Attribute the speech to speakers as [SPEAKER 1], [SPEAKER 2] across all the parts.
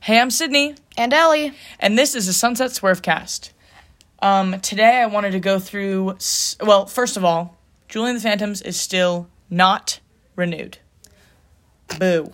[SPEAKER 1] Hey, I'm Sydney,
[SPEAKER 2] And Ellie.
[SPEAKER 1] and this is the Sunset Swerve Cast. Um, today I wanted to go through. s- Well, first of all, Julian the Phantoms is still not renewed. Boo!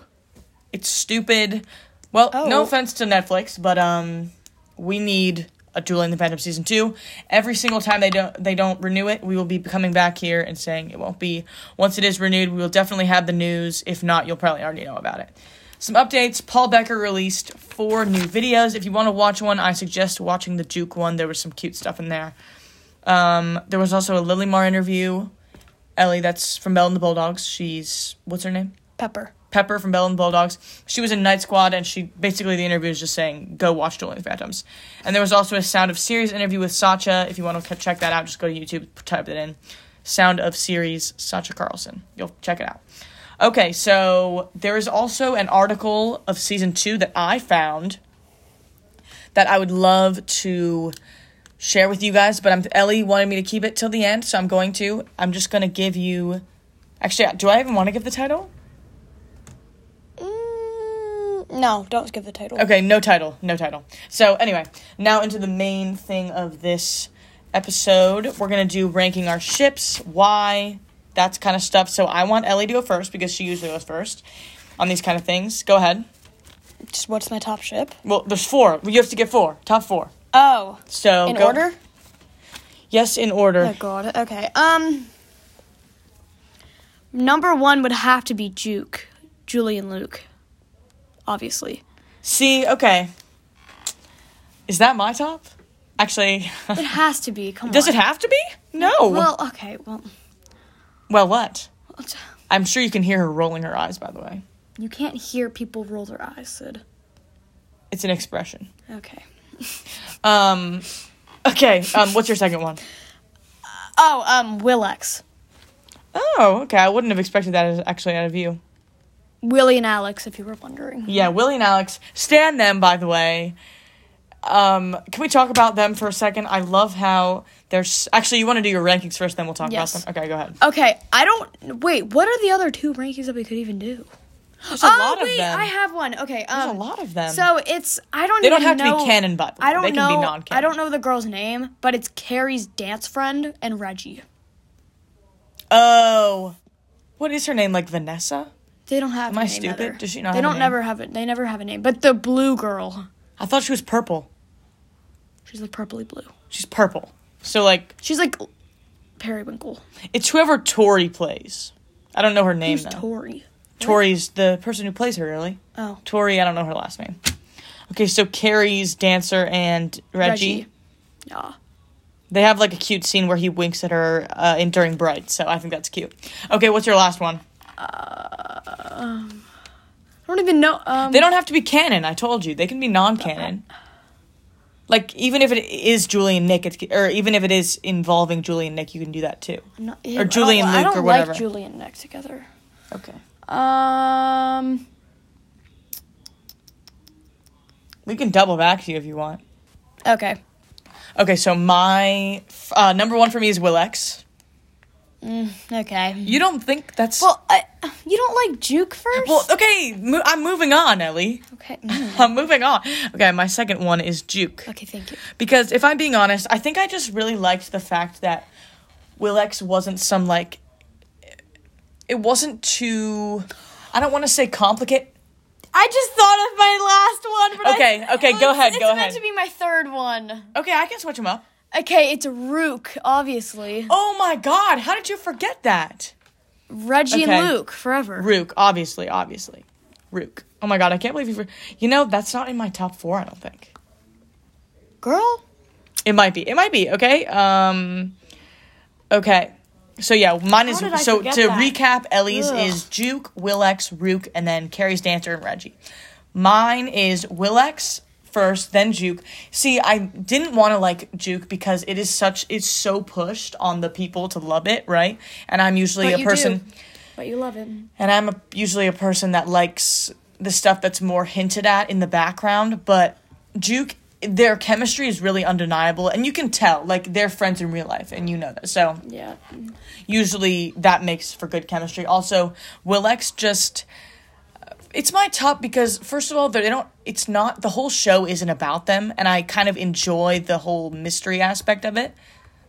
[SPEAKER 1] It's stupid. Well, no
[SPEAKER 2] Oh.
[SPEAKER 1] offense to Netflix, but um, we need a Julian the Phantom season two. Every single time they don't they don't renew it, we will be coming back here and saying it won't be. Once it is renewed, we will definitely have the news. If not, you'll probably already know about it. Some updates. Paul Becker released four new videos. If you want to watch one, I suggest watching the Juke one. There was some cute stuff in there. Um, there was also a Lilymar interview. Ellie, that's from Bell and the Bulldogs. She's what's her name?
[SPEAKER 2] Pepper.
[SPEAKER 1] Pepper from Bell and the Bulldogs. She was in Night Squad, and she basically the interview is just saying, "Go watch Dueling Phantoms." And there was also a Sound of Series interview with Sacha. If you want to check that out, just go to YouTube, type it in, Sound of Series Sacha Carlson. You'll check it out. Okay, so there is also an article of season two that I found that I would love to share with you guys, but I'm Ellie wanted me to keep it till the end, so I'm going to. I'm just gonna give you. Actually, do I even want to give the title?
[SPEAKER 2] Mm, no, don't give the title.
[SPEAKER 1] Okay, no title, no title. So anyway, now into the main thing of this episode. We're gonna do ranking our ships, why, that kind of stuff. So I want Ellie to go first because she usually goes first on these kind of things. Go ahead.
[SPEAKER 2] Just what's my top ship?
[SPEAKER 1] Well, there's four. You have to get four. Top four.
[SPEAKER 2] Oh,
[SPEAKER 1] So
[SPEAKER 2] in
[SPEAKER 1] go-
[SPEAKER 2] order?
[SPEAKER 1] Yes, in order.
[SPEAKER 2] Oh god. Okay. Um Number 1 would have to be Juke, Julie and Luke. Obviously.
[SPEAKER 1] See, okay. Is that my top? Actually,
[SPEAKER 2] It has to be. Come
[SPEAKER 1] does
[SPEAKER 2] on.
[SPEAKER 1] it have to be? No.
[SPEAKER 2] Well, okay. Well,
[SPEAKER 1] well, what?
[SPEAKER 2] what-
[SPEAKER 1] I'm sure you can hear her rolling her eyes. By the way,
[SPEAKER 2] you can't hear people roll their eyes, Sid.
[SPEAKER 1] it's an expression.
[SPEAKER 2] Okay.
[SPEAKER 1] Um, okay. Um, what's your second one?
[SPEAKER 2] Oh, um Willex.
[SPEAKER 1] Oh, okay. I wouldn't have expected that as actually out of you.
[SPEAKER 2] Willie and Alex if you were wondering.
[SPEAKER 1] Yeah, Willie and Alex. Stand them, by the way. Um, can we talk about them for a second? I love how there's actually you want to do your rankings first, then we'll talk
[SPEAKER 2] Yes.
[SPEAKER 1] about them. Okay, go ahead.
[SPEAKER 2] Okay, I don't wait, what are the other two rankings that we could even do?
[SPEAKER 1] There's a
[SPEAKER 2] oh
[SPEAKER 1] lot
[SPEAKER 2] wait,
[SPEAKER 1] of them.
[SPEAKER 2] I have one. Okay, um,
[SPEAKER 1] there's a lot of them.
[SPEAKER 2] So it's I don't.
[SPEAKER 1] They don't
[SPEAKER 2] even
[SPEAKER 1] have to be
[SPEAKER 2] know-
[SPEAKER 1] canon, by the way.
[SPEAKER 2] I don't
[SPEAKER 1] They can
[SPEAKER 2] know.
[SPEAKER 1] be non-canon.
[SPEAKER 2] I don't know the girl's name, but it's Carrie's dance friend and Reggie.
[SPEAKER 1] oh, what is her name? Like Vanessa?
[SPEAKER 2] They don't have.
[SPEAKER 1] Am
[SPEAKER 2] a
[SPEAKER 1] I
[SPEAKER 2] name
[SPEAKER 1] stupid?
[SPEAKER 2] either.
[SPEAKER 1] Does she not
[SPEAKER 2] They
[SPEAKER 1] have a
[SPEAKER 2] don't
[SPEAKER 1] name?
[SPEAKER 2] never have it. They never have a name. But the blue girl,
[SPEAKER 1] I thought she was purple.
[SPEAKER 2] she's like purpley blue.
[SPEAKER 1] She's purple. So like,
[SPEAKER 2] She's like periwinkle.
[SPEAKER 1] it's whoever Tori plays. I don't know her name
[SPEAKER 2] Who's
[SPEAKER 1] though.
[SPEAKER 2] Tori?
[SPEAKER 1] Tori's the person who plays her, really.
[SPEAKER 2] Oh,
[SPEAKER 1] Tori, I don't know her last name. Okay, so Carrie's dancer and Reggie,
[SPEAKER 2] Reggie. Yeah.
[SPEAKER 1] they have like a cute scene where he winks at her uh, in during Bright, so I think that's cute. Okay, what's your last one?
[SPEAKER 2] I don't even know. Um,
[SPEAKER 1] They don't have to be canon. I told you they can be non-canon. Like even if it is Julie and Nick, it's, or even if it is involving Julie and Nick, you can do that too.
[SPEAKER 2] I'm not-
[SPEAKER 1] or Julie and
[SPEAKER 2] Oh, I don't
[SPEAKER 1] Luke or
[SPEAKER 2] like
[SPEAKER 1] whatever.
[SPEAKER 2] Julie and Nick together.
[SPEAKER 1] Okay,
[SPEAKER 2] Um,
[SPEAKER 1] we can double back to you if you want.
[SPEAKER 2] okay.
[SPEAKER 1] Okay, so my f- uh, number one for me is Willex.
[SPEAKER 2] Okay.
[SPEAKER 1] You don't think that's
[SPEAKER 2] Well, I, you don't like Juke first?
[SPEAKER 1] well okay? Mo- I'm moving on, Ellie.
[SPEAKER 2] okay. mm,
[SPEAKER 1] I'm moving on. Okay, my second one is Juke.
[SPEAKER 2] Okay, thank you.
[SPEAKER 1] Because if I'm being honest, I think I just really liked the fact that Willex wasn't some like it wasn't too I don't want to say complicated.
[SPEAKER 2] I just thought of my last one. But
[SPEAKER 1] Okay,
[SPEAKER 2] I,
[SPEAKER 1] okay, go
[SPEAKER 2] It's-
[SPEAKER 1] ahead,
[SPEAKER 2] It's
[SPEAKER 1] go
[SPEAKER 2] meant
[SPEAKER 1] ahead.
[SPEAKER 2] to be my third one.
[SPEAKER 1] Okay, I can switch them up.
[SPEAKER 2] Okay, it's Rook, obviously.
[SPEAKER 1] Oh my god, how did you forget that?
[SPEAKER 2] Reggie
[SPEAKER 1] okay.
[SPEAKER 2] and Luke forever.
[SPEAKER 1] Rook, obviously, obviously. Rook. Oh my god, I can't believe you for- You know, that's not in my top 4, I don't think.
[SPEAKER 2] Girl,
[SPEAKER 1] It might be. It might be, okay? Um Okay. So yeah, mine is
[SPEAKER 2] How did I
[SPEAKER 1] so to
[SPEAKER 2] forget that?
[SPEAKER 1] recap, Ellie's
[SPEAKER 2] Ugh.
[SPEAKER 1] is Juke, Willex, Rook, and then Carrie's Dancer and Reggie. Mine is Willex first, then Juke. See, I didn't want to like Juke because it is such it's so pushed on the people to love it, right? And I'm usually
[SPEAKER 2] But
[SPEAKER 1] a
[SPEAKER 2] you
[SPEAKER 1] person
[SPEAKER 2] do. but you love him.
[SPEAKER 1] and I'm a, usually a person that likes the stuff that's more hinted at in the background, but Juke their chemistry is really undeniable and you can tell like they're friends in real life and you know that. So
[SPEAKER 2] Yeah.
[SPEAKER 1] usually that makes for good chemistry. Also, Willex just it's my top because first of all they don't it's not the whole show isn't about them and i kind of enjoy the whole mystery aspect of it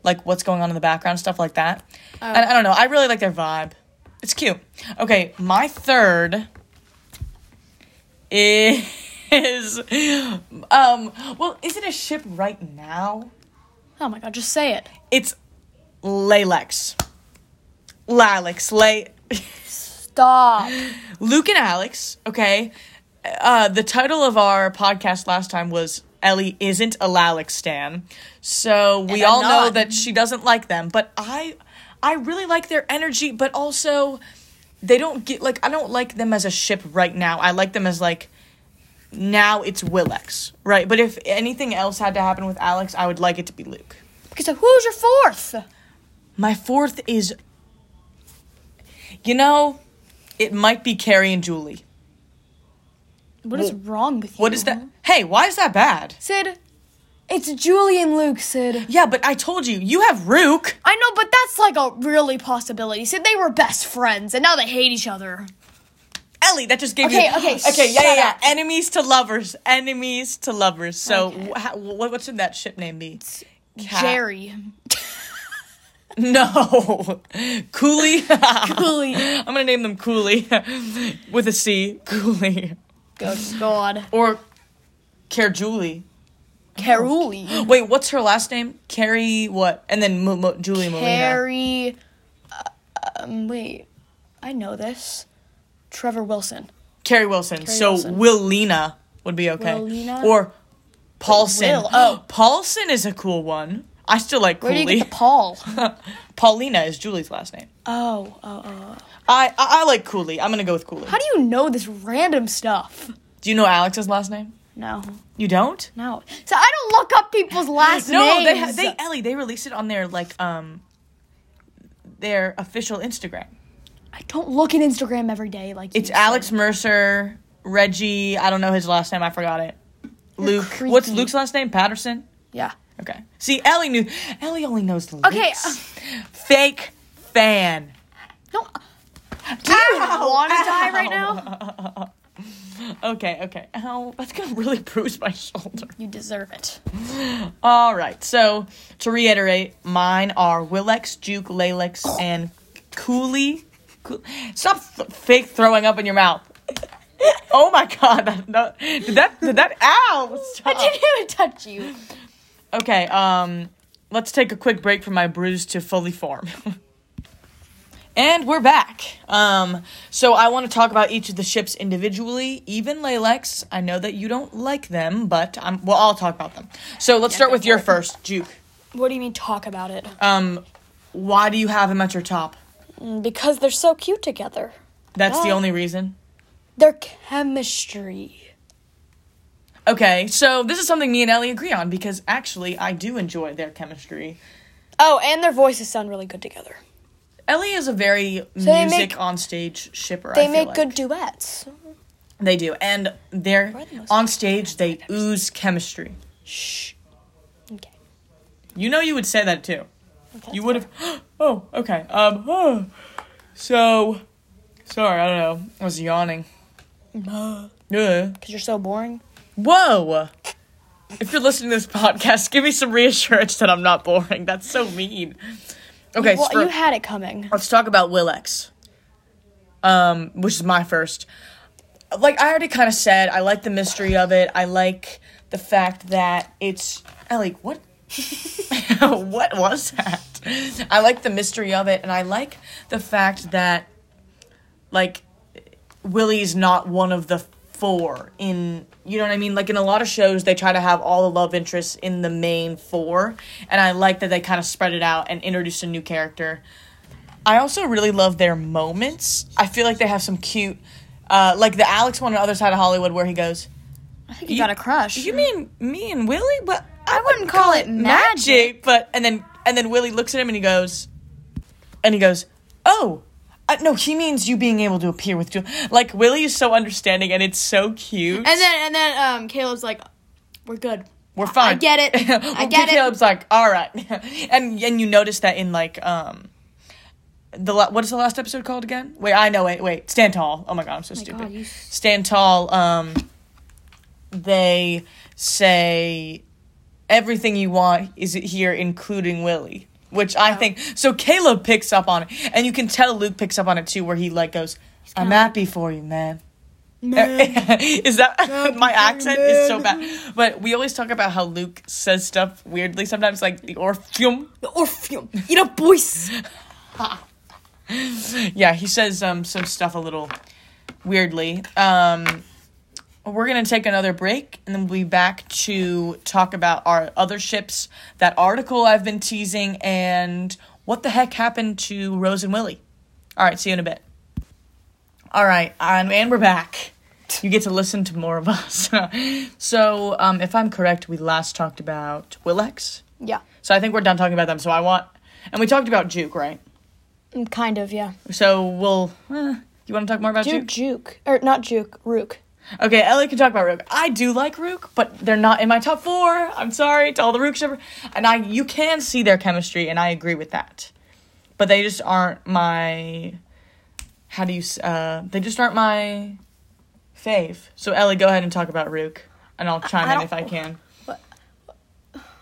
[SPEAKER 1] like what's going on in the background stuff like that and i don't know i really like their vibe it's cute okay my third is um well is it a ship right now
[SPEAKER 2] Oh my god, just say it.
[SPEAKER 1] it's lalex lalix lay
[SPEAKER 2] Stop.
[SPEAKER 1] Luke and Alex, okay? Uh, the title of our podcast last time was Ellie isn't a Lalic Stan. So we
[SPEAKER 2] I'm
[SPEAKER 1] all know
[SPEAKER 2] not.
[SPEAKER 1] that she doesn't like them, but I I really like their energy, but also they don't get like I don't like them as a ship right now. I like them as like now it's Willex, right? But if anything else had to happen with Alex, I would like it to be Luke.
[SPEAKER 2] Okay, so who's your fourth?
[SPEAKER 1] My fourth is you know, it might be Carrie and Julie.
[SPEAKER 2] What is
[SPEAKER 1] Wh-
[SPEAKER 2] wrong with you?
[SPEAKER 1] What is that? Hey, why is that bad?
[SPEAKER 2] Sid, it's Julie and Luke, Sid.
[SPEAKER 1] Yeah, but I told you, you have Rook.
[SPEAKER 2] I know, but that's like a really possibility. Sid, they were best friends, and now they hate each other.
[SPEAKER 1] Ellie, that just gave
[SPEAKER 2] Okay,
[SPEAKER 1] you.
[SPEAKER 2] okay,
[SPEAKER 1] okay, yeah,
[SPEAKER 2] shut
[SPEAKER 1] yeah, yeah.
[SPEAKER 2] up.
[SPEAKER 1] Enemies to lovers, enemies to lovers. So,
[SPEAKER 2] Okay.
[SPEAKER 1] wh- how, what, what should that ship name be? Cat.
[SPEAKER 2] Jerry.
[SPEAKER 1] No, Cooley.
[SPEAKER 2] Julie.
[SPEAKER 1] I'm gonna name them Cooley with a C. Cooley
[SPEAKER 2] Good God.
[SPEAKER 1] or Care Julie.
[SPEAKER 2] Caruli.
[SPEAKER 1] Wait, what's her last name? Carrie what? And then Mo- Mo- Julie Molina.
[SPEAKER 2] Carrie. Uh, um, wait. I know this. Trevor Wilson.
[SPEAKER 1] Carrie Wilson. so
[SPEAKER 2] Wilson.
[SPEAKER 1] Willina would be okay.
[SPEAKER 2] Willina?
[SPEAKER 1] Or Paulson.
[SPEAKER 2] Will- oh.
[SPEAKER 1] Paulson is a cool one. I still like
[SPEAKER 2] Where do you
[SPEAKER 1] Cooley.
[SPEAKER 2] get the Paul?
[SPEAKER 1] Paulina is Julie's last name.
[SPEAKER 2] oh, oh, oh.
[SPEAKER 1] I I, I like Cooley. I'm gonna go with Cooley.
[SPEAKER 2] How do you know this random stuff?
[SPEAKER 1] Do you know Alex's last name?
[SPEAKER 2] No,
[SPEAKER 1] You don't?
[SPEAKER 2] no. So I don't look up people's last
[SPEAKER 1] No, they ha-
[SPEAKER 2] names.
[SPEAKER 1] they Ellie they released it on their like um their official Instagram.
[SPEAKER 2] I don't look at Instagram every day. Like
[SPEAKER 1] It's
[SPEAKER 2] you.
[SPEAKER 1] Alex Mercer, Reggie. I don't know his last name. I forgot it. Luke. What's
[SPEAKER 2] creepy.
[SPEAKER 1] Luke's last name? Patterson.
[SPEAKER 2] Yeah.
[SPEAKER 1] Okay. See, Ellie knew. Ellie only knows the.
[SPEAKER 2] Okay, uh,
[SPEAKER 1] Lukes. Fake fan.
[SPEAKER 2] No. Do you want to die right now?
[SPEAKER 1] Okay, okay. Ow, that's gonna really bruise my shoulder.
[SPEAKER 2] You deserve it.
[SPEAKER 1] All right. So to reiterate, mine are Willex, Juke, Lalex, and Cooley. Cool- Stop th- fake throwing up in your mouth. Oh my God! That, that, did that? Did that? Ow!
[SPEAKER 2] I
[SPEAKER 1] Stop.
[SPEAKER 2] didn't even touch you.
[SPEAKER 1] Okay. Um, let's take a quick break for my bruise to fully form. and we're back. Um, so I want to talk about each of the ships individually. Even Lalex, I know that you don't like them, but I'm. Well, I'll talk about them. So let's start
[SPEAKER 2] go
[SPEAKER 1] with your
[SPEAKER 2] for it.
[SPEAKER 1] first, Juke.
[SPEAKER 2] What do you mean talk about it?
[SPEAKER 1] Um, why do you have him at your top?
[SPEAKER 2] Um, because they're so cute together.
[SPEAKER 1] That's the
[SPEAKER 2] Oh.
[SPEAKER 1] only reason.
[SPEAKER 2] Their chemistry.
[SPEAKER 1] Okay, so this is something me and Ellie agree on because actually I do enjoy their chemistry.
[SPEAKER 2] Oh, and their voices sound really good together.
[SPEAKER 1] Ellie is a very
[SPEAKER 2] they
[SPEAKER 1] music
[SPEAKER 2] make-
[SPEAKER 1] on stage shipper. I
[SPEAKER 2] They
[SPEAKER 1] feel
[SPEAKER 2] make
[SPEAKER 1] like.
[SPEAKER 2] good duets.
[SPEAKER 1] They do, and they're
[SPEAKER 2] We're the most-
[SPEAKER 1] on stage. They ooze chemistry.
[SPEAKER 2] Shh. Okay.
[SPEAKER 1] You know, you would say that too.
[SPEAKER 2] okay.
[SPEAKER 1] You would have. Oh, okay. Um. Oh. So, sorry. I don't know. I was yawning. Yeah.
[SPEAKER 2] Because you're so boring.
[SPEAKER 1] Whoa! If you're listening to this podcast, give me some reassurance that I'm not boring. That's so mean. Okay,
[SPEAKER 2] well,
[SPEAKER 1] so
[SPEAKER 2] you had it coming.
[SPEAKER 1] let's talk about Willex, um, which is my first. Like I already kind of said, I like the mystery of it. I like the fact that it's Ellie. What? what was that? I like the mystery of it, and I like the fact that, like, Willie's not one of the four in you know what I mean? Like in a lot of shows they try to have all the love interests in the main four. And I like that they kind of spread it out and introduce a new character. I also really love their moments. I feel like they have some cute uh, like the Alex one on the other side of Hollywood where he goes,
[SPEAKER 2] I think you, got a crush.
[SPEAKER 1] You mean me and Willie? But I,
[SPEAKER 2] wouldn't call it magic.
[SPEAKER 1] but and then and then Willie looks at him and he goes and he goes, "Oh, uh, no, he means you being able to appear with Julie." Like Willie is so understanding and it's so cute.
[SPEAKER 2] and then and then um, Caleb's like, we're good.
[SPEAKER 1] We're fine.
[SPEAKER 2] get it. I
[SPEAKER 1] Well,
[SPEAKER 2] get it. Oh
[SPEAKER 1] Caleb's like, all right, and and you notice that in like um, the la- what is the last episode called again? Wait, I know. Wait, wait. Stand tall. Oh my god, I'm so
[SPEAKER 2] my
[SPEAKER 1] stupid.
[SPEAKER 2] God, you s-
[SPEAKER 1] Stand tall. Um, they say everything you want is here, including Willie. Which
[SPEAKER 2] Oh.
[SPEAKER 1] I think so. Caleb picks up on it, and you can tell Luke picks up on it too, where he like goes, "I'm
[SPEAKER 2] kinda-
[SPEAKER 1] happy for you, man." Eh. is that my accent is so bad? But we always talk about how Luke says stuff weirdly sometimes, like the orpheum.
[SPEAKER 2] The Orpheum. You know, boys.
[SPEAKER 1] Yeah, he says um, some stuff a little weirdly. Um, we're gonna take another break, and then we'll be back to talk about our other ships, that article I've been teasing, and what the heck happened to Rose and Willie. All right, see you in a bit. All right, um, and we're back. You get to listen to more of us. so, um, if I'm correct, we last talked about Willex.
[SPEAKER 2] Yeah.
[SPEAKER 1] So I think we're done talking about them. So I want, and we talked about Juke, right?
[SPEAKER 2] Mm, Kind of, yeah.
[SPEAKER 1] So we'll. eh, you want to talk more about
[SPEAKER 2] Dude,
[SPEAKER 1] Juke?
[SPEAKER 2] Juke. Or not Juke, Rook.
[SPEAKER 1] Okay, Ellie can talk about Rook. I do like Rook, but they're not in my top four. I'm sorry to all the Rook shippers, and I you can see their chemistry, and I agree with that. But they just aren't my. How do you? s- Uh, they just aren't my fave. So Ellie, go ahead and talk about Rook, and I'll chime
[SPEAKER 2] I
[SPEAKER 1] in
[SPEAKER 2] don't-
[SPEAKER 1] if I can.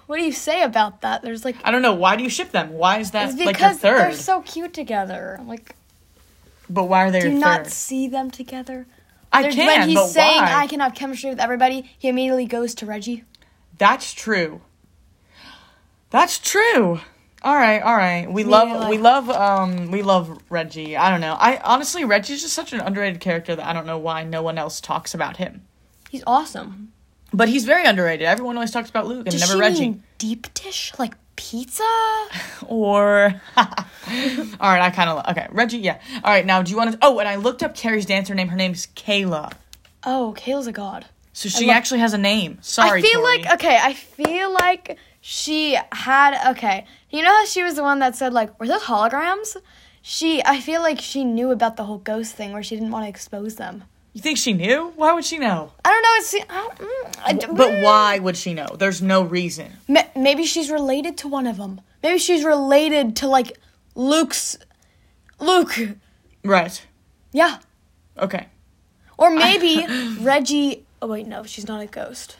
[SPEAKER 2] What do you say about that? There's like.
[SPEAKER 1] I don't know why do you ship them? Why is that
[SPEAKER 2] It's
[SPEAKER 1] like your
[SPEAKER 2] because they're
[SPEAKER 1] third?
[SPEAKER 2] so cute together. I'm like,
[SPEAKER 1] but why are they
[SPEAKER 2] do
[SPEAKER 1] your
[SPEAKER 2] not
[SPEAKER 1] third?
[SPEAKER 2] see them together.
[SPEAKER 1] I
[SPEAKER 2] There's-
[SPEAKER 1] can,
[SPEAKER 2] when he's
[SPEAKER 1] but
[SPEAKER 2] saying
[SPEAKER 1] why?
[SPEAKER 2] I can have chemistry with everybody, he immediately goes to Reggie.
[SPEAKER 1] That's true. That's true. All right, all right. We love
[SPEAKER 2] Yeah,
[SPEAKER 1] we
[SPEAKER 2] like-
[SPEAKER 1] love um we love Reggie. I don't know. I honestly Reggie's just such an underrated character that I don't know why no one else talks about him.
[SPEAKER 2] He's awesome.
[SPEAKER 1] But he's very underrated. Everyone always talks about Luke and
[SPEAKER 2] Does
[SPEAKER 1] never
[SPEAKER 2] she
[SPEAKER 1] Reggie.
[SPEAKER 2] mean deep dish like pizza?
[SPEAKER 1] Or all right, I kind of okay. Reggie, yeah. All right, now do you want to? Oh, and I looked up Carrie's dancer name. Her name's Kayla.
[SPEAKER 2] Oh, Kayla's a god.
[SPEAKER 1] So she
[SPEAKER 2] love-
[SPEAKER 1] actually has a name. Sorry,
[SPEAKER 2] I feel
[SPEAKER 1] Tori.
[SPEAKER 2] like uh, okay, I feel like she had okay. You know how she was the one that said like, were those holograms? She, I feel like she knew about the whole ghost thing where she didn't want to expose them.
[SPEAKER 1] you think she knew? Why would she know?
[SPEAKER 2] I don't know. It's I don't, mm, I d-
[SPEAKER 1] But why would she know? There's no reason.
[SPEAKER 2] Ma- maybe she's related to one of them. Maybe she's related to like Luke's Luke.
[SPEAKER 1] Right.
[SPEAKER 2] Yeah.
[SPEAKER 1] Okay.
[SPEAKER 2] Or maybe Reggie. Oh wait, no, she's not a ghost.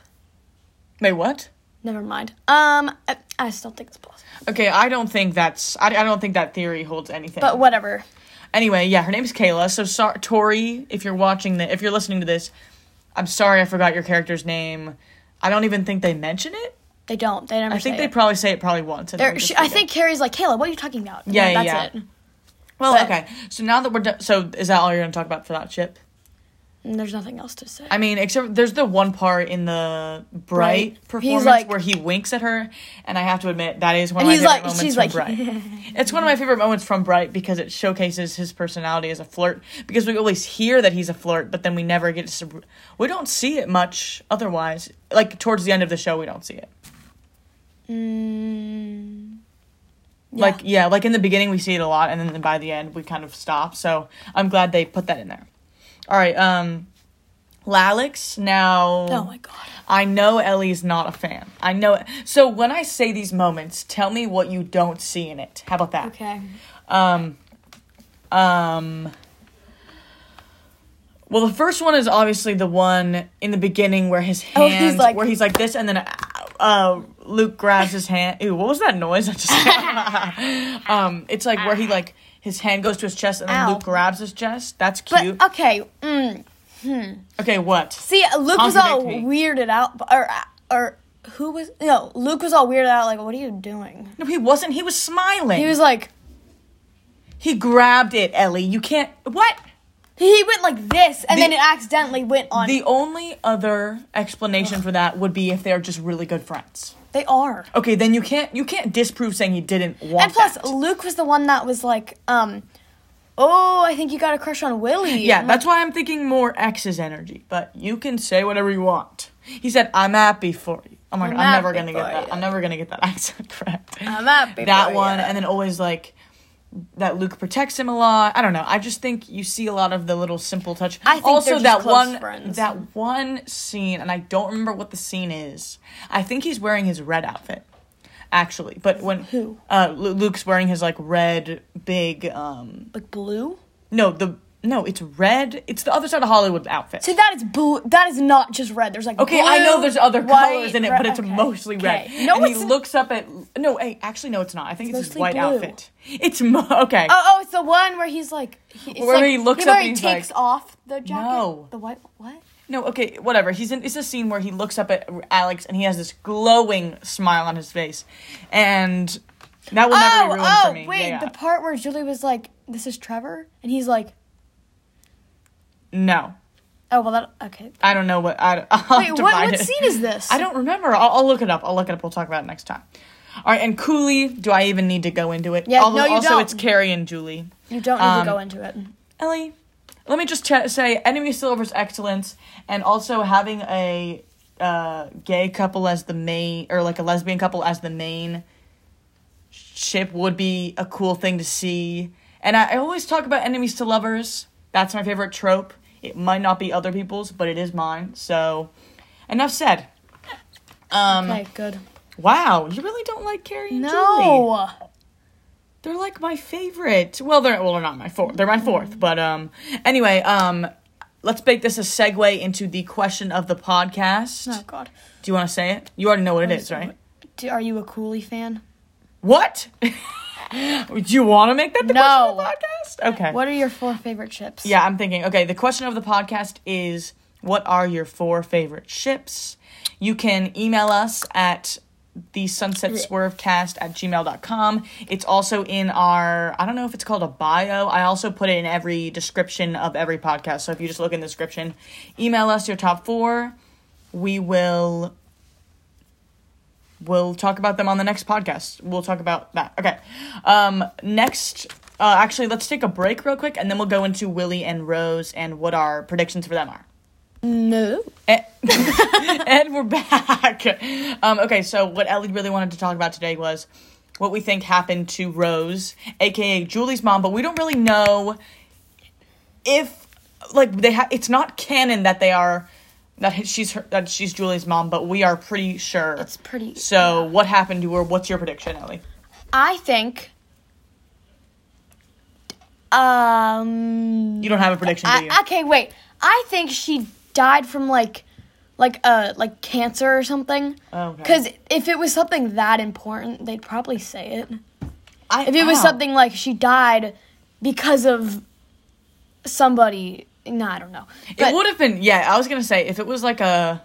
[SPEAKER 1] Wait, what?
[SPEAKER 2] Never mind. Um, I, I still think it's possible.
[SPEAKER 1] Okay, I don't think that's. I, I don't think that theory holds anything.
[SPEAKER 2] But whatever.
[SPEAKER 1] anyway, yeah, her name's Kayla. So sorry, Tori, if you're watching the, if you're listening to this, I'm sorry I forgot your character's name. I don't even think they mention it.
[SPEAKER 2] They don't. They never.
[SPEAKER 1] I think
[SPEAKER 2] say
[SPEAKER 1] they
[SPEAKER 2] it.
[SPEAKER 1] probably say it probably once. and then
[SPEAKER 2] They're-
[SPEAKER 1] we just
[SPEAKER 2] she, I
[SPEAKER 1] forget.
[SPEAKER 2] think Carrie's like Kayla. What are you talking about? And
[SPEAKER 1] Yeah,
[SPEAKER 2] then
[SPEAKER 1] yeah,
[SPEAKER 2] that's
[SPEAKER 1] yeah.
[SPEAKER 2] it.
[SPEAKER 1] Well,
[SPEAKER 2] but-
[SPEAKER 1] okay. So now that we're done, so is that all you're gonna talk about for that ship?
[SPEAKER 2] And there's nothing else to say.
[SPEAKER 1] I mean, except there's the one part in the
[SPEAKER 2] Bright.
[SPEAKER 1] bright
[SPEAKER 2] He's
[SPEAKER 1] performance
[SPEAKER 2] like-
[SPEAKER 1] where he winks at her, and I have to admit that is one of my
[SPEAKER 2] And he's
[SPEAKER 1] favorite
[SPEAKER 2] like-
[SPEAKER 1] moments
[SPEAKER 2] she's
[SPEAKER 1] from
[SPEAKER 2] like,
[SPEAKER 1] Bright. it's one of my favorite moments from Bright because it showcases his personality as a flirt. Because we always hear that he's a flirt, but then we never get to. sub- We don't see it much otherwise. Like towards the end of the show, we don't see it.
[SPEAKER 2] mm, yeah.
[SPEAKER 1] Like yeah, like in the beginning we see it a lot, and then by the end we kind of stop. So I'm glad they put that in there. All right, um, Lalix now.
[SPEAKER 2] oh my god.
[SPEAKER 1] I know Ellie's not a fan. I know. So when I say these moments, tell me what you don't see in it. How about that?
[SPEAKER 2] Okay.
[SPEAKER 1] Um, um. Well, the first one is obviously the one in the beginning where his hand,
[SPEAKER 2] Oh, he's like-
[SPEAKER 1] where he's like this, and then uh, uh, Luke grabs his hand. Ew, what was that noise? I just. um, it's like where he like his hand goes to his chest, and then
[SPEAKER 2] Ow.
[SPEAKER 1] Luke grabs his chest. That's cute.
[SPEAKER 2] But okay. Mm,
[SPEAKER 1] okay, what?
[SPEAKER 2] See, Luke was all
[SPEAKER 1] Contradict me.
[SPEAKER 2] weirded out, b- or or who was no? Luke was all weirded out. Like, what are you doing?
[SPEAKER 1] No, he wasn't. He was smiling.
[SPEAKER 2] He was like,
[SPEAKER 1] He grabbed it, Ellie. You can't. What?
[SPEAKER 2] he went like this, and
[SPEAKER 1] The-
[SPEAKER 2] then it accidentally went on.
[SPEAKER 1] The only other explanation for that would be if they're just really good friends.
[SPEAKER 2] they are.
[SPEAKER 1] Okay, then you can't you can't disprove saying he didn't want.
[SPEAKER 2] And plus,
[SPEAKER 1] Oh, that.
[SPEAKER 2] Luke was the one that was like, um, oh, I think you got a crush on Willie.
[SPEAKER 1] yeah,
[SPEAKER 2] I'm like,
[SPEAKER 1] that's why I'm thinking more X's energy. But you can say whatever you want. He said, "I'm happy for you." Oh my
[SPEAKER 2] I'm
[SPEAKER 1] god, I'm never
[SPEAKER 2] happy
[SPEAKER 1] gonna
[SPEAKER 2] for
[SPEAKER 1] get that.
[SPEAKER 2] you. Um,
[SPEAKER 1] I'm never gonna get that accent correct.
[SPEAKER 2] I'm happy.
[SPEAKER 1] that
[SPEAKER 2] for
[SPEAKER 1] one,
[SPEAKER 2] ya.
[SPEAKER 1] and then always like that Luke protects him a lot. I don't know. I just think you see a lot of the little simple touch.
[SPEAKER 2] I think
[SPEAKER 1] also
[SPEAKER 2] they're just
[SPEAKER 1] that
[SPEAKER 2] close
[SPEAKER 1] one
[SPEAKER 2] friends.
[SPEAKER 1] that one scene, and I don't remember what the scene is. I think he's wearing his red outfit, actually. But when
[SPEAKER 2] Who?
[SPEAKER 1] uh, Lu- Luke's wearing his like red big um
[SPEAKER 2] Like blue?
[SPEAKER 1] no the no it's red it's the other side of Hollywood outfit.
[SPEAKER 2] See, that is blue. That is not just red. There's like
[SPEAKER 1] Okay, I
[SPEAKER 2] blue,
[SPEAKER 1] know there's other
[SPEAKER 2] white,
[SPEAKER 1] colors in it,
[SPEAKER 2] red-
[SPEAKER 1] but it's
[SPEAKER 2] okay,
[SPEAKER 1] mostly red.
[SPEAKER 2] okay. No,
[SPEAKER 1] and
[SPEAKER 2] it's
[SPEAKER 1] he looks up at no, hey, actually no, it's not. I think it's, his
[SPEAKER 2] mostly
[SPEAKER 1] white
[SPEAKER 2] blue.
[SPEAKER 1] outfit. It's mo- okay.
[SPEAKER 2] Oh, oh, it's the one where he's like, he, it's
[SPEAKER 1] Where
[SPEAKER 2] like-
[SPEAKER 1] he looks
[SPEAKER 2] where
[SPEAKER 1] up
[SPEAKER 2] he
[SPEAKER 1] and he's
[SPEAKER 2] takes
[SPEAKER 1] like,
[SPEAKER 2] off the jacket.
[SPEAKER 1] "No."
[SPEAKER 2] the white what?
[SPEAKER 1] No, okay, whatever. He's in. It's a scene where he looks up at Alex and he has this glowing smile on his face, and that will never be
[SPEAKER 2] Oh,
[SPEAKER 1] ruined for
[SPEAKER 2] oh,
[SPEAKER 1] me.
[SPEAKER 2] wait,
[SPEAKER 1] Yeah,
[SPEAKER 2] the part where Julie was like, "This is Trevor," and he's like,
[SPEAKER 1] no,
[SPEAKER 2] "Oh, well, that okay."
[SPEAKER 1] I don't know what. I, I'll
[SPEAKER 2] Wait,
[SPEAKER 1] have
[SPEAKER 2] what,
[SPEAKER 1] to find
[SPEAKER 2] what
[SPEAKER 1] it.
[SPEAKER 2] scene is this?
[SPEAKER 1] I don't remember. I'll, I'll look it up. I'll look it up. We'll talk about it next time. All right, and Cooley. Do I even need to go into it?
[SPEAKER 2] Yeah,
[SPEAKER 1] Although,
[SPEAKER 2] no, you
[SPEAKER 1] also,
[SPEAKER 2] don't.
[SPEAKER 1] it's Carrie and Julie.
[SPEAKER 2] You don't need
[SPEAKER 1] Um,
[SPEAKER 2] to go into it.
[SPEAKER 1] Ellie, let me just ch- say, enemy Silver's excellence, and also having a uh, gay couple as the main, or like a lesbian couple as the main ship would be a cool thing to see. And I, I always talk about enemies to lovers. That's my favorite trope. It might not be other people's, but it is mine. So, enough said. Um,
[SPEAKER 2] okay, good.
[SPEAKER 1] Wow, you really don't like Carrie and Julie.
[SPEAKER 2] No,
[SPEAKER 1] They're like my favorite. Well, they're well, they're not my fourth. They're my fourth. But um, anyway, um, let's make this a segue into the question of the podcast.
[SPEAKER 2] oh god.
[SPEAKER 1] Do you want to say it? You already know what it is, right?
[SPEAKER 2] Do, are you a Cooley fan?
[SPEAKER 1] What? Do you want to make that the question
[SPEAKER 2] No.
[SPEAKER 1] of the podcast? Okay.
[SPEAKER 2] What are your four favorite chips?
[SPEAKER 1] Yeah, I'm thinking. Okay, the question of the podcast is what are your four favorite ships? You can email us at the sunset swervecast at gmail.com. It's also in our, I don't know if it's called a bio. I also put it in every description of every podcast. So if you just look in the description, email us your top four. We will we'll talk about them on the next podcast. We'll talk about that. Okay. Um, next, uh, actually, let's take a break real quick, and then we'll go into Willie and Rose and what our predictions for them are.
[SPEAKER 2] No.
[SPEAKER 1] Eh, and we're back. Um, okay, so what Ellie really wanted to talk about today was what we think happened to Rose, aka Julie's mom, but we don't really know if like they ha- it's not canon that they are that she's her- that she's Julie's mom, but we are pretty sure.
[SPEAKER 2] It's pretty-
[SPEAKER 1] So, what happened to her? What's your prediction, Ellie?
[SPEAKER 2] I think. Um.
[SPEAKER 1] You don't have a prediction, do you?
[SPEAKER 2] I, okay, wait. I think she died from like, like uh, like cancer or something.
[SPEAKER 1] Oh, Okay.
[SPEAKER 2] Because if it was something that important, they'd probably say it.
[SPEAKER 1] I-
[SPEAKER 2] If it was
[SPEAKER 1] ow.
[SPEAKER 2] something like she died because of somebody, no, I don't know. But
[SPEAKER 1] it would have been yeah. I was gonna say if it was like a,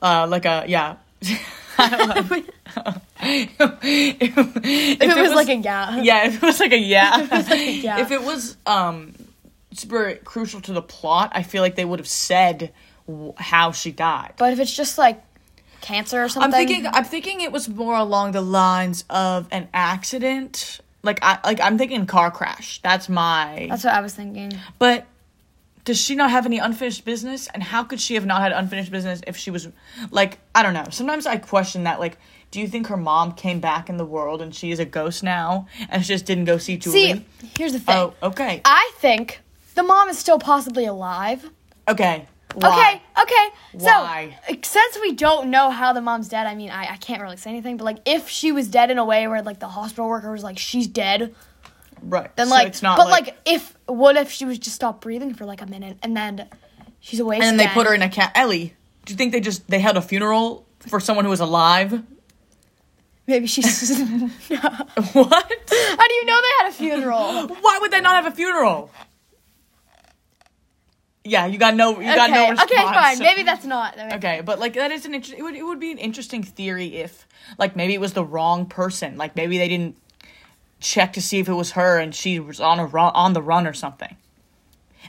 [SPEAKER 1] uh, like a yeah. I don't know. if,
[SPEAKER 2] if it was, like a yeah,
[SPEAKER 1] yeah, if it was like a yeah, if it was,
[SPEAKER 2] yeah.
[SPEAKER 1] um super crucial to the plot, I feel like they would have said w- how she died.
[SPEAKER 2] But if it's just like cancer or something,
[SPEAKER 1] I'm thinking I'm thinking it was more along the lines of an accident. Like I like I'm thinking car crash. That's my
[SPEAKER 2] That's what I was thinking.
[SPEAKER 1] But does she not have any unfinished business? And how could she have not had unfinished business if she was like I don't know. Sometimes I question that. Like, do you think her mom came back in the world and she is a ghost now and she just didn't go see Julie?
[SPEAKER 2] See, here's the thing.
[SPEAKER 1] oh, okay,
[SPEAKER 2] I think the mom is still possibly alive.
[SPEAKER 1] okay, Why?
[SPEAKER 2] Okay, okay.
[SPEAKER 1] Why?
[SPEAKER 2] So, since we don't know how the mom's dead, I mean, I, I can't really say anything, but like, if she was dead in a way where like the hospital worker was like, she's dead,
[SPEAKER 1] right.
[SPEAKER 2] then
[SPEAKER 1] So
[SPEAKER 2] like,
[SPEAKER 1] it's not.
[SPEAKER 2] but like, if what if she was just stopped breathing for like a minute and then she's awake?
[SPEAKER 1] and then they put her in a cat. Ellie, do you think they just they held a funeral for someone who was alive?
[SPEAKER 2] Maybe she's. how
[SPEAKER 1] What?
[SPEAKER 2] do you know they had a funeral?
[SPEAKER 1] Why would they not have a funeral? Yeah, you got no, you got no
[SPEAKER 2] okay,
[SPEAKER 1] response.
[SPEAKER 2] okay, fine. Maybe that's not. that may-
[SPEAKER 1] Okay, but like that is an interesting. It would it would be an interesting theory if like maybe it was the wrong person. Like maybe they didn't check to see if it was her and she was on a run, on the run or something.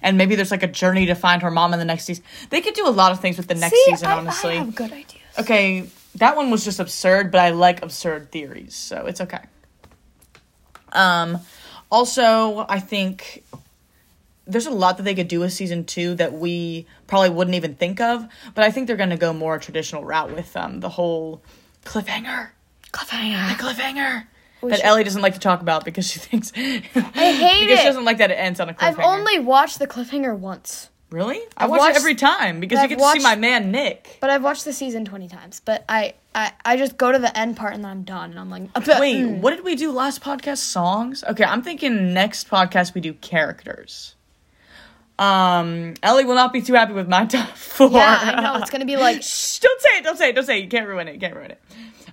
[SPEAKER 1] And maybe there's like a journey to find her mom in the next season. They could do a lot of things with the next
[SPEAKER 2] See,
[SPEAKER 1] season,
[SPEAKER 2] I-
[SPEAKER 1] honestly.
[SPEAKER 2] I have good ideas.
[SPEAKER 1] okay, that one was just absurd, but I like absurd theories, so it's okay. Um, also, I think there's a lot that they could do with season two that we probably wouldn't even think of, but I think they're going to go more traditional route with um, the whole cliffhanger.
[SPEAKER 2] Cliffhanger.
[SPEAKER 1] Cliffhanger.
[SPEAKER 2] We
[SPEAKER 1] that
[SPEAKER 2] should-
[SPEAKER 1] Ellie doesn't like to talk about because she thinks I
[SPEAKER 2] hate
[SPEAKER 1] because
[SPEAKER 2] it.
[SPEAKER 1] she doesn't like that it ends on a cliffhanger.
[SPEAKER 2] I've only watched the cliffhanger once.
[SPEAKER 1] Really? I
[SPEAKER 2] I've
[SPEAKER 1] watch
[SPEAKER 2] watched-
[SPEAKER 1] it every time because you
[SPEAKER 2] I've
[SPEAKER 1] get to
[SPEAKER 2] watched-
[SPEAKER 1] see my man Nick.
[SPEAKER 2] But I've watched the season 20 times. But I, I, I just go to the end part and then I'm done. And I'm like,
[SPEAKER 1] Wait,
[SPEAKER 2] mm.
[SPEAKER 1] what did we do last podcast? Songs? Okay, I'm thinking next podcast we do characters. Um, Ellie will not be too happy with my top four.
[SPEAKER 2] Yeah, I know. It's going to be like,
[SPEAKER 1] Shh, don't say it, don't say it, don't say it. You can't ruin it, you can't ruin it.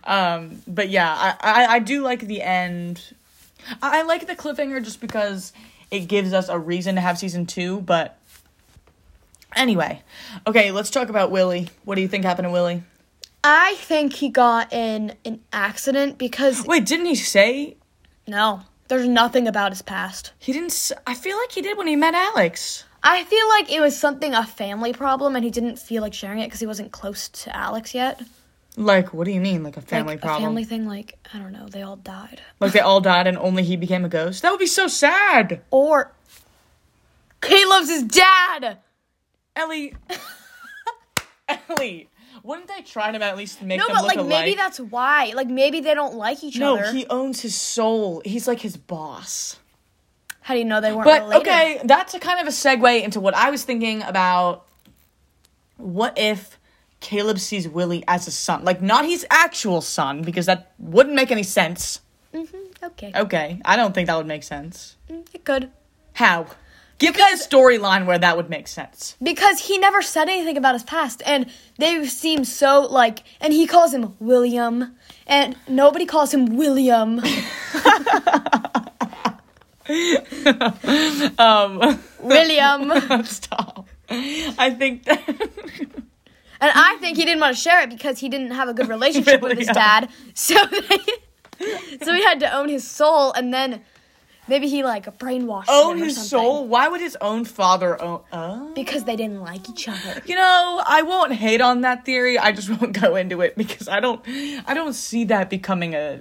[SPEAKER 1] Um, but yeah, I, I, I do like the end. I, I like the cliffhanger just because it gives us a reason to have season two, but anyway. Okay, let's talk about Willie. What do you think happened to Willie?
[SPEAKER 2] I think he got in an accident because,
[SPEAKER 1] Wait, didn't he say
[SPEAKER 2] no, there's nothing about his past.
[SPEAKER 1] he didn't? s- I feel like he did when he met Alex.
[SPEAKER 2] I feel like it was something, a family problem, and he didn't feel like sharing it because he wasn't close to Alex yet.
[SPEAKER 1] Like, what do you mean, like a
[SPEAKER 2] Like,
[SPEAKER 1] family
[SPEAKER 2] A
[SPEAKER 1] problem?
[SPEAKER 2] family thing, like, I don't know, they all died.
[SPEAKER 1] Like they all died and only he became a ghost? That would be so sad.
[SPEAKER 2] Or, Caleb's his dad!
[SPEAKER 1] Ellie, Ellie, wouldn't they try to at least make
[SPEAKER 2] No,
[SPEAKER 1] them
[SPEAKER 2] but
[SPEAKER 1] look
[SPEAKER 2] like
[SPEAKER 1] alike?
[SPEAKER 2] maybe that's why. Like maybe they don't like each
[SPEAKER 1] no,
[SPEAKER 2] other.
[SPEAKER 1] he owns his soul. He's like his boss.
[SPEAKER 2] How do you know they weren't
[SPEAKER 1] But
[SPEAKER 2] related?
[SPEAKER 1] okay, that's a kind of a segue into what I was thinking about. What if Caleb sees Willie as a son? Like not his actual son, because that wouldn't make any sense.
[SPEAKER 2] Mm-hmm. Okay.
[SPEAKER 1] Okay, I don't think that would make sense.
[SPEAKER 2] Mm, It could.
[SPEAKER 1] How? Give me a storyline where that would make sense.
[SPEAKER 2] Because he never said anything about his past and they seem so like and he calls him William and nobody calls him William.
[SPEAKER 1] Um,
[SPEAKER 2] William. and
[SPEAKER 1] stop. I think that
[SPEAKER 2] I think he didn't want to share it because he didn't have a good relationship with his
[SPEAKER 1] William.
[SPEAKER 2] dad. So they, so he had to own his soul and then maybe he like brainwashed
[SPEAKER 1] own
[SPEAKER 2] him or
[SPEAKER 1] his
[SPEAKER 2] something.
[SPEAKER 1] soul. Why would his own father own? Uh?
[SPEAKER 2] because they didn't like each other.
[SPEAKER 1] You know, I won't hate on that theory. I just won't go into it because I don't, I don't see that becoming a,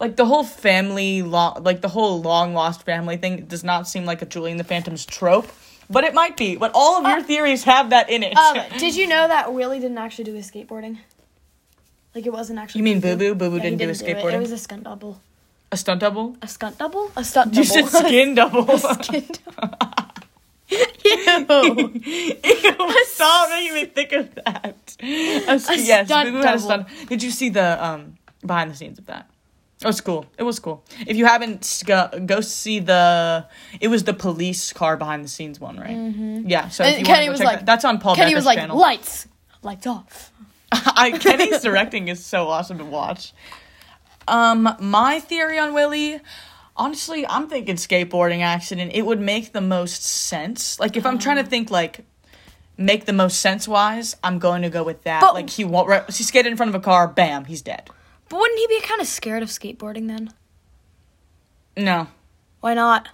[SPEAKER 1] like the whole family long, like the whole long lost family thing does not seem like a Julian the Phantom's trope, but it might be. But all of your theories have that in it.
[SPEAKER 2] Um, did you know that Willie didn't actually do his skateboarding? Like it wasn't actually.
[SPEAKER 1] You mean Boo
[SPEAKER 2] Boo-Boo?
[SPEAKER 1] Boo? Boo Boo
[SPEAKER 2] Yeah, he
[SPEAKER 1] didn't do his
[SPEAKER 2] It.
[SPEAKER 1] skateboarding?
[SPEAKER 2] it was a stunt double.
[SPEAKER 1] a stunt double.
[SPEAKER 2] A stunt double? A stunt
[SPEAKER 1] You
[SPEAKER 2] double.
[SPEAKER 1] said skin double. Oh,
[SPEAKER 2] skin double. Ew.
[SPEAKER 1] Ew, stop making me think of that. A, st- yes,
[SPEAKER 2] stunt
[SPEAKER 1] Boo Boo had a
[SPEAKER 2] double.
[SPEAKER 1] stunt. Did you see the um behind the scenes of that? It was cool. It was cool. If you haven't, sc- go see the. It was the police car behind the scenes one, right? Yeah. So if
[SPEAKER 2] Mm-hmm.
[SPEAKER 1] you
[SPEAKER 2] And Kenny
[SPEAKER 1] wanna go
[SPEAKER 2] was
[SPEAKER 1] check
[SPEAKER 2] like-
[SPEAKER 1] that- that's on Paul
[SPEAKER 2] Kenny
[SPEAKER 1] Becker's
[SPEAKER 2] was like,
[SPEAKER 1] channel.
[SPEAKER 2] lights. Lights off.
[SPEAKER 1] I, Kenny's directing is so awesome to watch. Um, my theory on Willie, honestly, I'm thinking skateboarding accident. It would make the most sense. Like if I'm trying to think like make the most sense wise, I'm going to go with that.
[SPEAKER 2] But-
[SPEAKER 1] like he won't. Right, he skated in front of a car. Bam, he's dead.
[SPEAKER 2] But wouldn't he be kind of scared of skateboarding then?
[SPEAKER 1] No.
[SPEAKER 2] Why not?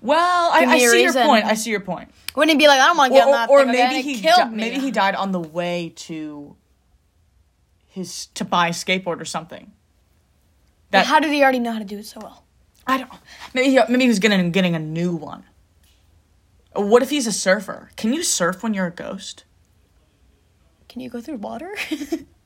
[SPEAKER 1] Well, I,
[SPEAKER 2] Give me
[SPEAKER 1] I
[SPEAKER 2] a
[SPEAKER 1] see your
[SPEAKER 2] reason.
[SPEAKER 1] point. I see your point.
[SPEAKER 2] Wouldn't he be like, I don't want
[SPEAKER 1] Or,
[SPEAKER 2] to get on
[SPEAKER 1] or,
[SPEAKER 2] that
[SPEAKER 1] or
[SPEAKER 2] thing, okay?
[SPEAKER 1] maybe
[SPEAKER 2] And it
[SPEAKER 1] he
[SPEAKER 2] killed
[SPEAKER 1] di-
[SPEAKER 2] me.
[SPEAKER 1] maybe he died on the way to his to buy a skateboard or something.
[SPEAKER 2] But how did he already know how to do it so well?
[SPEAKER 1] I don't. Maybe he, maybe he was getting getting a new one. What if he's a surfer? Can you surf when you're a ghost?
[SPEAKER 2] Can you go through water?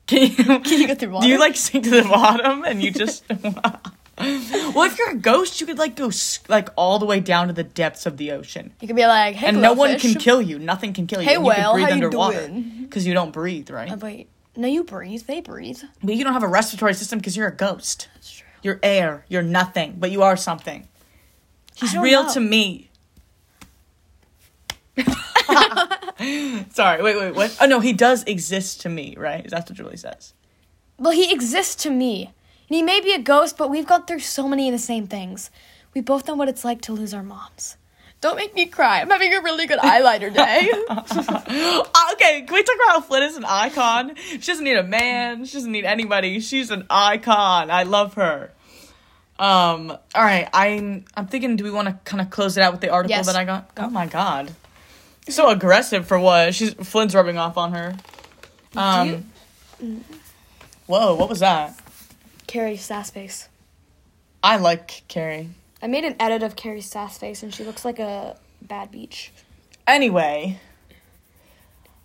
[SPEAKER 1] Can you, Can
[SPEAKER 2] you go through
[SPEAKER 1] Do you
[SPEAKER 2] water?
[SPEAKER 1] like sink to the bottom and you just? well, if you're a ghost, you could like go s- like all the way down to the depths of the ocean,
[SPEAKER 2] you could be like, hey,
[SPEAKER 1] and no one can
[SPEAKER 2] glowfish.
[SPEAKER 1] kill you. Nothing can kill you.
[SPEAKER 2] Hey,
[SPEAKER 1] and
[SPEAKER 2] whale, how
[SPEAKER 1] you can breathe
[SPEAKER 2] you
[SPEAKER 1] underwater because you don't breathe, right?
[SPEAKER 2] Uh, Wait, no, you breathe. They breathe.
[SPEAKER 1] But you don't have a respiratory system because you're a ghost.
[SPEAKER 2] That's true.
[SPEAKER 1] You're air. You're nothing, but you are something. He's
[SPEAKER 2] don't
[SPEAKER 1] real
[SPEAKER 2] know.
[SPEAKER 1] to me. Sorry, wait, wait, what? Oh no, he does exist to me, right? That's what Julie says.
[SPEAKER 2] Well, he exists to me. And he may be a ghost, but we've gone through so many of the same things. We both know what it's like to lose our moms. Don't make me cry. I'm having a really good eyeliner day.
[SPEAKER 1] Uh, okay, can we talk about how Flynn is an icon? She doesn't need a man. She doesn't need anybody. She's an icon. I love her. Um. All right. I'm. I'm thinking. Do we want to kind of close it out with the article
[SPEAKER 2] Yes.
[SPEAKER 1] that I got? Oh my god. So aggressive for what? She's Flynn's rubbing off on her. Um.
[SPEAKER 2] you-
[SPEAKER 1] Whoa! What was that?
[SPEAKER 2] Carrie Sassface.
[SPEAKER 1] I like Carrie.
[SPEAKER 2] I made an edit of Carrie Sassface, and she looks like a bad beach.
[SPEAKER 1] anyway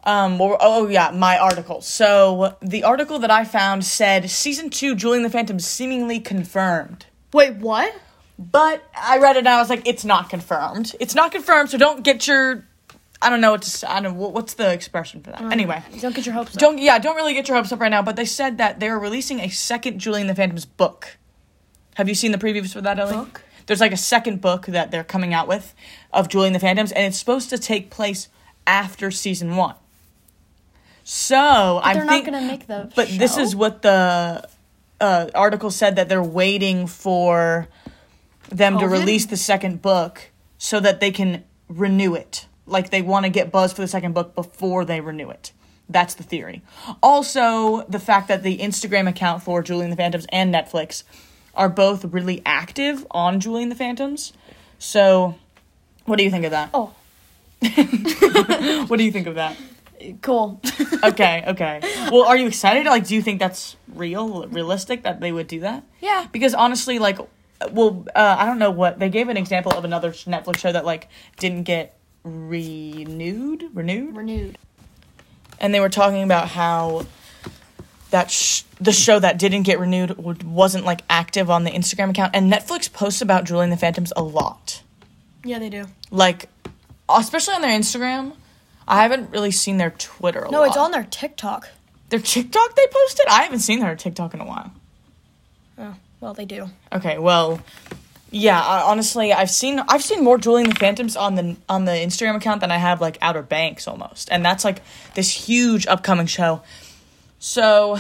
[SPEAKER 1] um well, oh yeah my article so the article that i found said season two julian the phantom seemingly confirmed
[SPEAKER 2] Wait, what?
[SPEAKER 1] but i read it and i was like it's not confirmed it's not confirmed so don't get your I don't know what to. s- I don't. wh- What's the expression for that? Anyway,
[SPEAKER 2] Don't get your hopes up.
[SPEAKER 1] don't yeah, don't really get your hopes up right now. But they said that they're releasing a second Julian the Phantom's book. Have you seen the previews for that, Ellie?
[SPEAKER 2] Book?
[SPEAKER 1] There's like a second book that they're coming out with of Julian the Phantoms, and it's supposed to take place after season one. So I'm
[SPEAKER 2] They're not
[SPEAKER 1] think-
[SPEAKER 2] going to make the
[SPEAKER 1] but this
[SPEAKER 2] show.
[SPEAKER 1] is what the uh, article said that they're waiting for them to
[SPEAKER 2] COVID?
[SPEAKER 1] release the second book so that they can renew it. Like they want to get buzz for the second book before they renew it. That's the theory. Also, the fact that the Instagram account for Julian the Phantoms and Netflix are both really active on Julian the Phantoms. So, what do you think of that?
[SPEAKER 2] Oh,
[SPEAKER 1] What do you think of that?
[SPEAKER 2] cool.
[SPEAKER 1] okay, okay. Well, are you excited? Like, do you think that's real, realistic that they would do that?
[SPEAKER 2] Yeah.
[SPEAKER 1] Because honestly, like, well, uh, I don't know what they gave an example of another sh- Netflix show that like didn't get renewed, renewed,
[SPEAKER 2] Renewed.
[SPEAKER 1] and they were talking about how that sh- the show that didn't get renewed w- wasn't like active on the Instagram account, and Netflix posts about Julian the Phantoms a lot,
[SPEAKER 2] Yeah, they do.
[SPEAKER 1] like especially on their Instagram. I haven't really seen their Twitter. A
[SPEAKER 2] No, it's
[SPEAKER 1] lot.
[SPEAKER 2] on their TikTok.
[SPEAKER 1] Their TikTok they posted? I haven't seen their TikTok in a while.
[SPEAKER 2] Oh, well, they do.
[SPEAKER 1] Okay, well, yeah, I, honestly, I've seen I've seen more Julian the Phantoms on the on the Instagram account than I have like Outer Banks almost. And that's like this huge upcoming show. So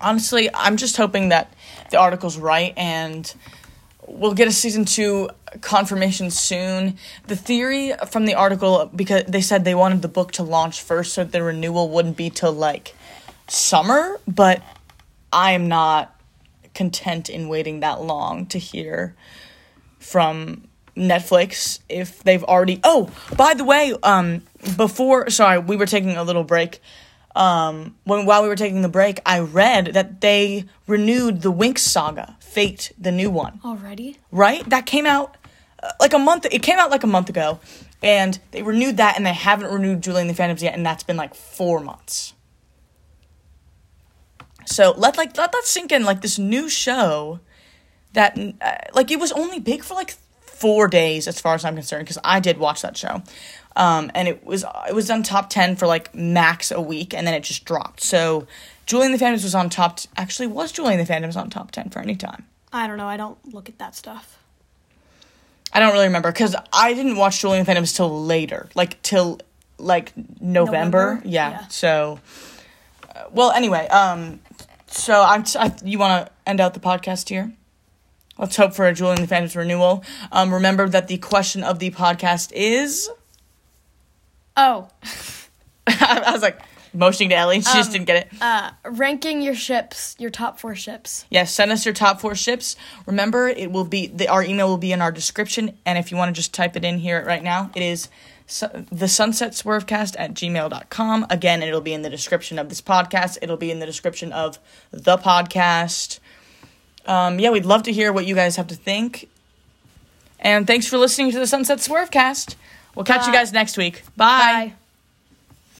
[SPEAKER 1] honestly, I'm just hoping that the article's right and we'll get a season 2 confirmation soon. The theory from the article because they said they wanted the book to launch first so the renewal wouldn't be till like summer, but I am not content in waiting that long to hear from Netflix if they've already Oh, by the way, um before sorry, we were taking a little break. Um when while we were taking the break, I read that they renewed the Winx saga, Fate, the new one
[SPEAKER 2] Already?
[SPEAKER 1] right? That came out uh, like a month. It came out like a month ago, and they renewed that, and they haven't renewed Julian the Phantoms yet, and that's been like four months. So let like let that sink in. Like this new show, that uh, like it was only big for like four days, as far as I'm concerned, because I did watch that show, um, and it was it was on top ten for like max a week, and then it just dropped. So Julian the Phantoms was on top. T- actually, was Julian the Phantoms on top ten for any time?
[SPEAKER 2] I don't know. I don't look at that stuff.
[SPEAKER 1] I don't really remember because I didn't watch Julian Phantoms till later, like till like November.
[SPEAKER 2] November?
[SPEAKER 1] Yeah.
[SPEAKER 2] Yeah.
[SPEAKER 1] So, uh, well, anyway, um, so I'm. T- I, you want to end out the podcast here? Let's hope for a Julian the Phantoms renewal. Um, remember that the question of the podcast is.
[SPEAKER 2] Oh,
[SPEAKER 1] I, was like motioning to Ellie. She just didn't get it.
[SPEAKER 2] uh, ranking your ships, your top four ships.
[SPEAKER 1] Yes, send us your top four ships. Remember, it will be the, our email will be in our description, and if you want to just type it in here right now, it is su- the sunset swervecast at gmail.com. Again, it'll be in the description of this podcast. It'll be in the description of the podcast. Um, yeah, we'd love to hear what you guys have to think. And thanks for listening to the Sunset Swervecast. We'll catch you
[SPEAKER 2] Bye.
[SPEAKER 1] guys next week. Bye.
[SPEAKER 2] Bye.